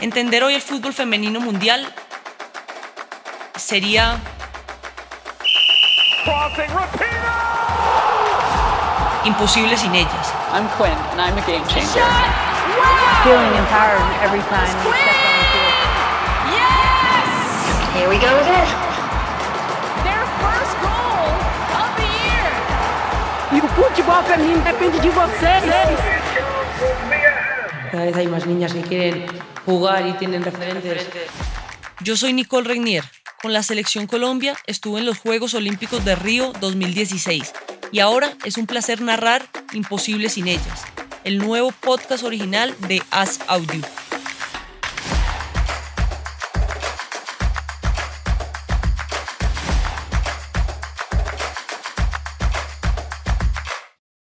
Entender hoy el fútbol femenino mundial sería Crossing, Rapinoe! imposible sin ellas. I'm Quinn, and I'm a game changer. feeling empowered every time we step on the field. Here we go again. Their first goal of the year. E o futebol para mim depende de vocês. Cada vez hay más niñas que quieren jugar y tienen referentes. Yo soy Nicole Regnier. Con la selección Colombia estuve en los Juegos Olímpicos de Río 2016 y ahora es un placer narrar Imposible sin ellas, el nuevo podcast original de As Audio.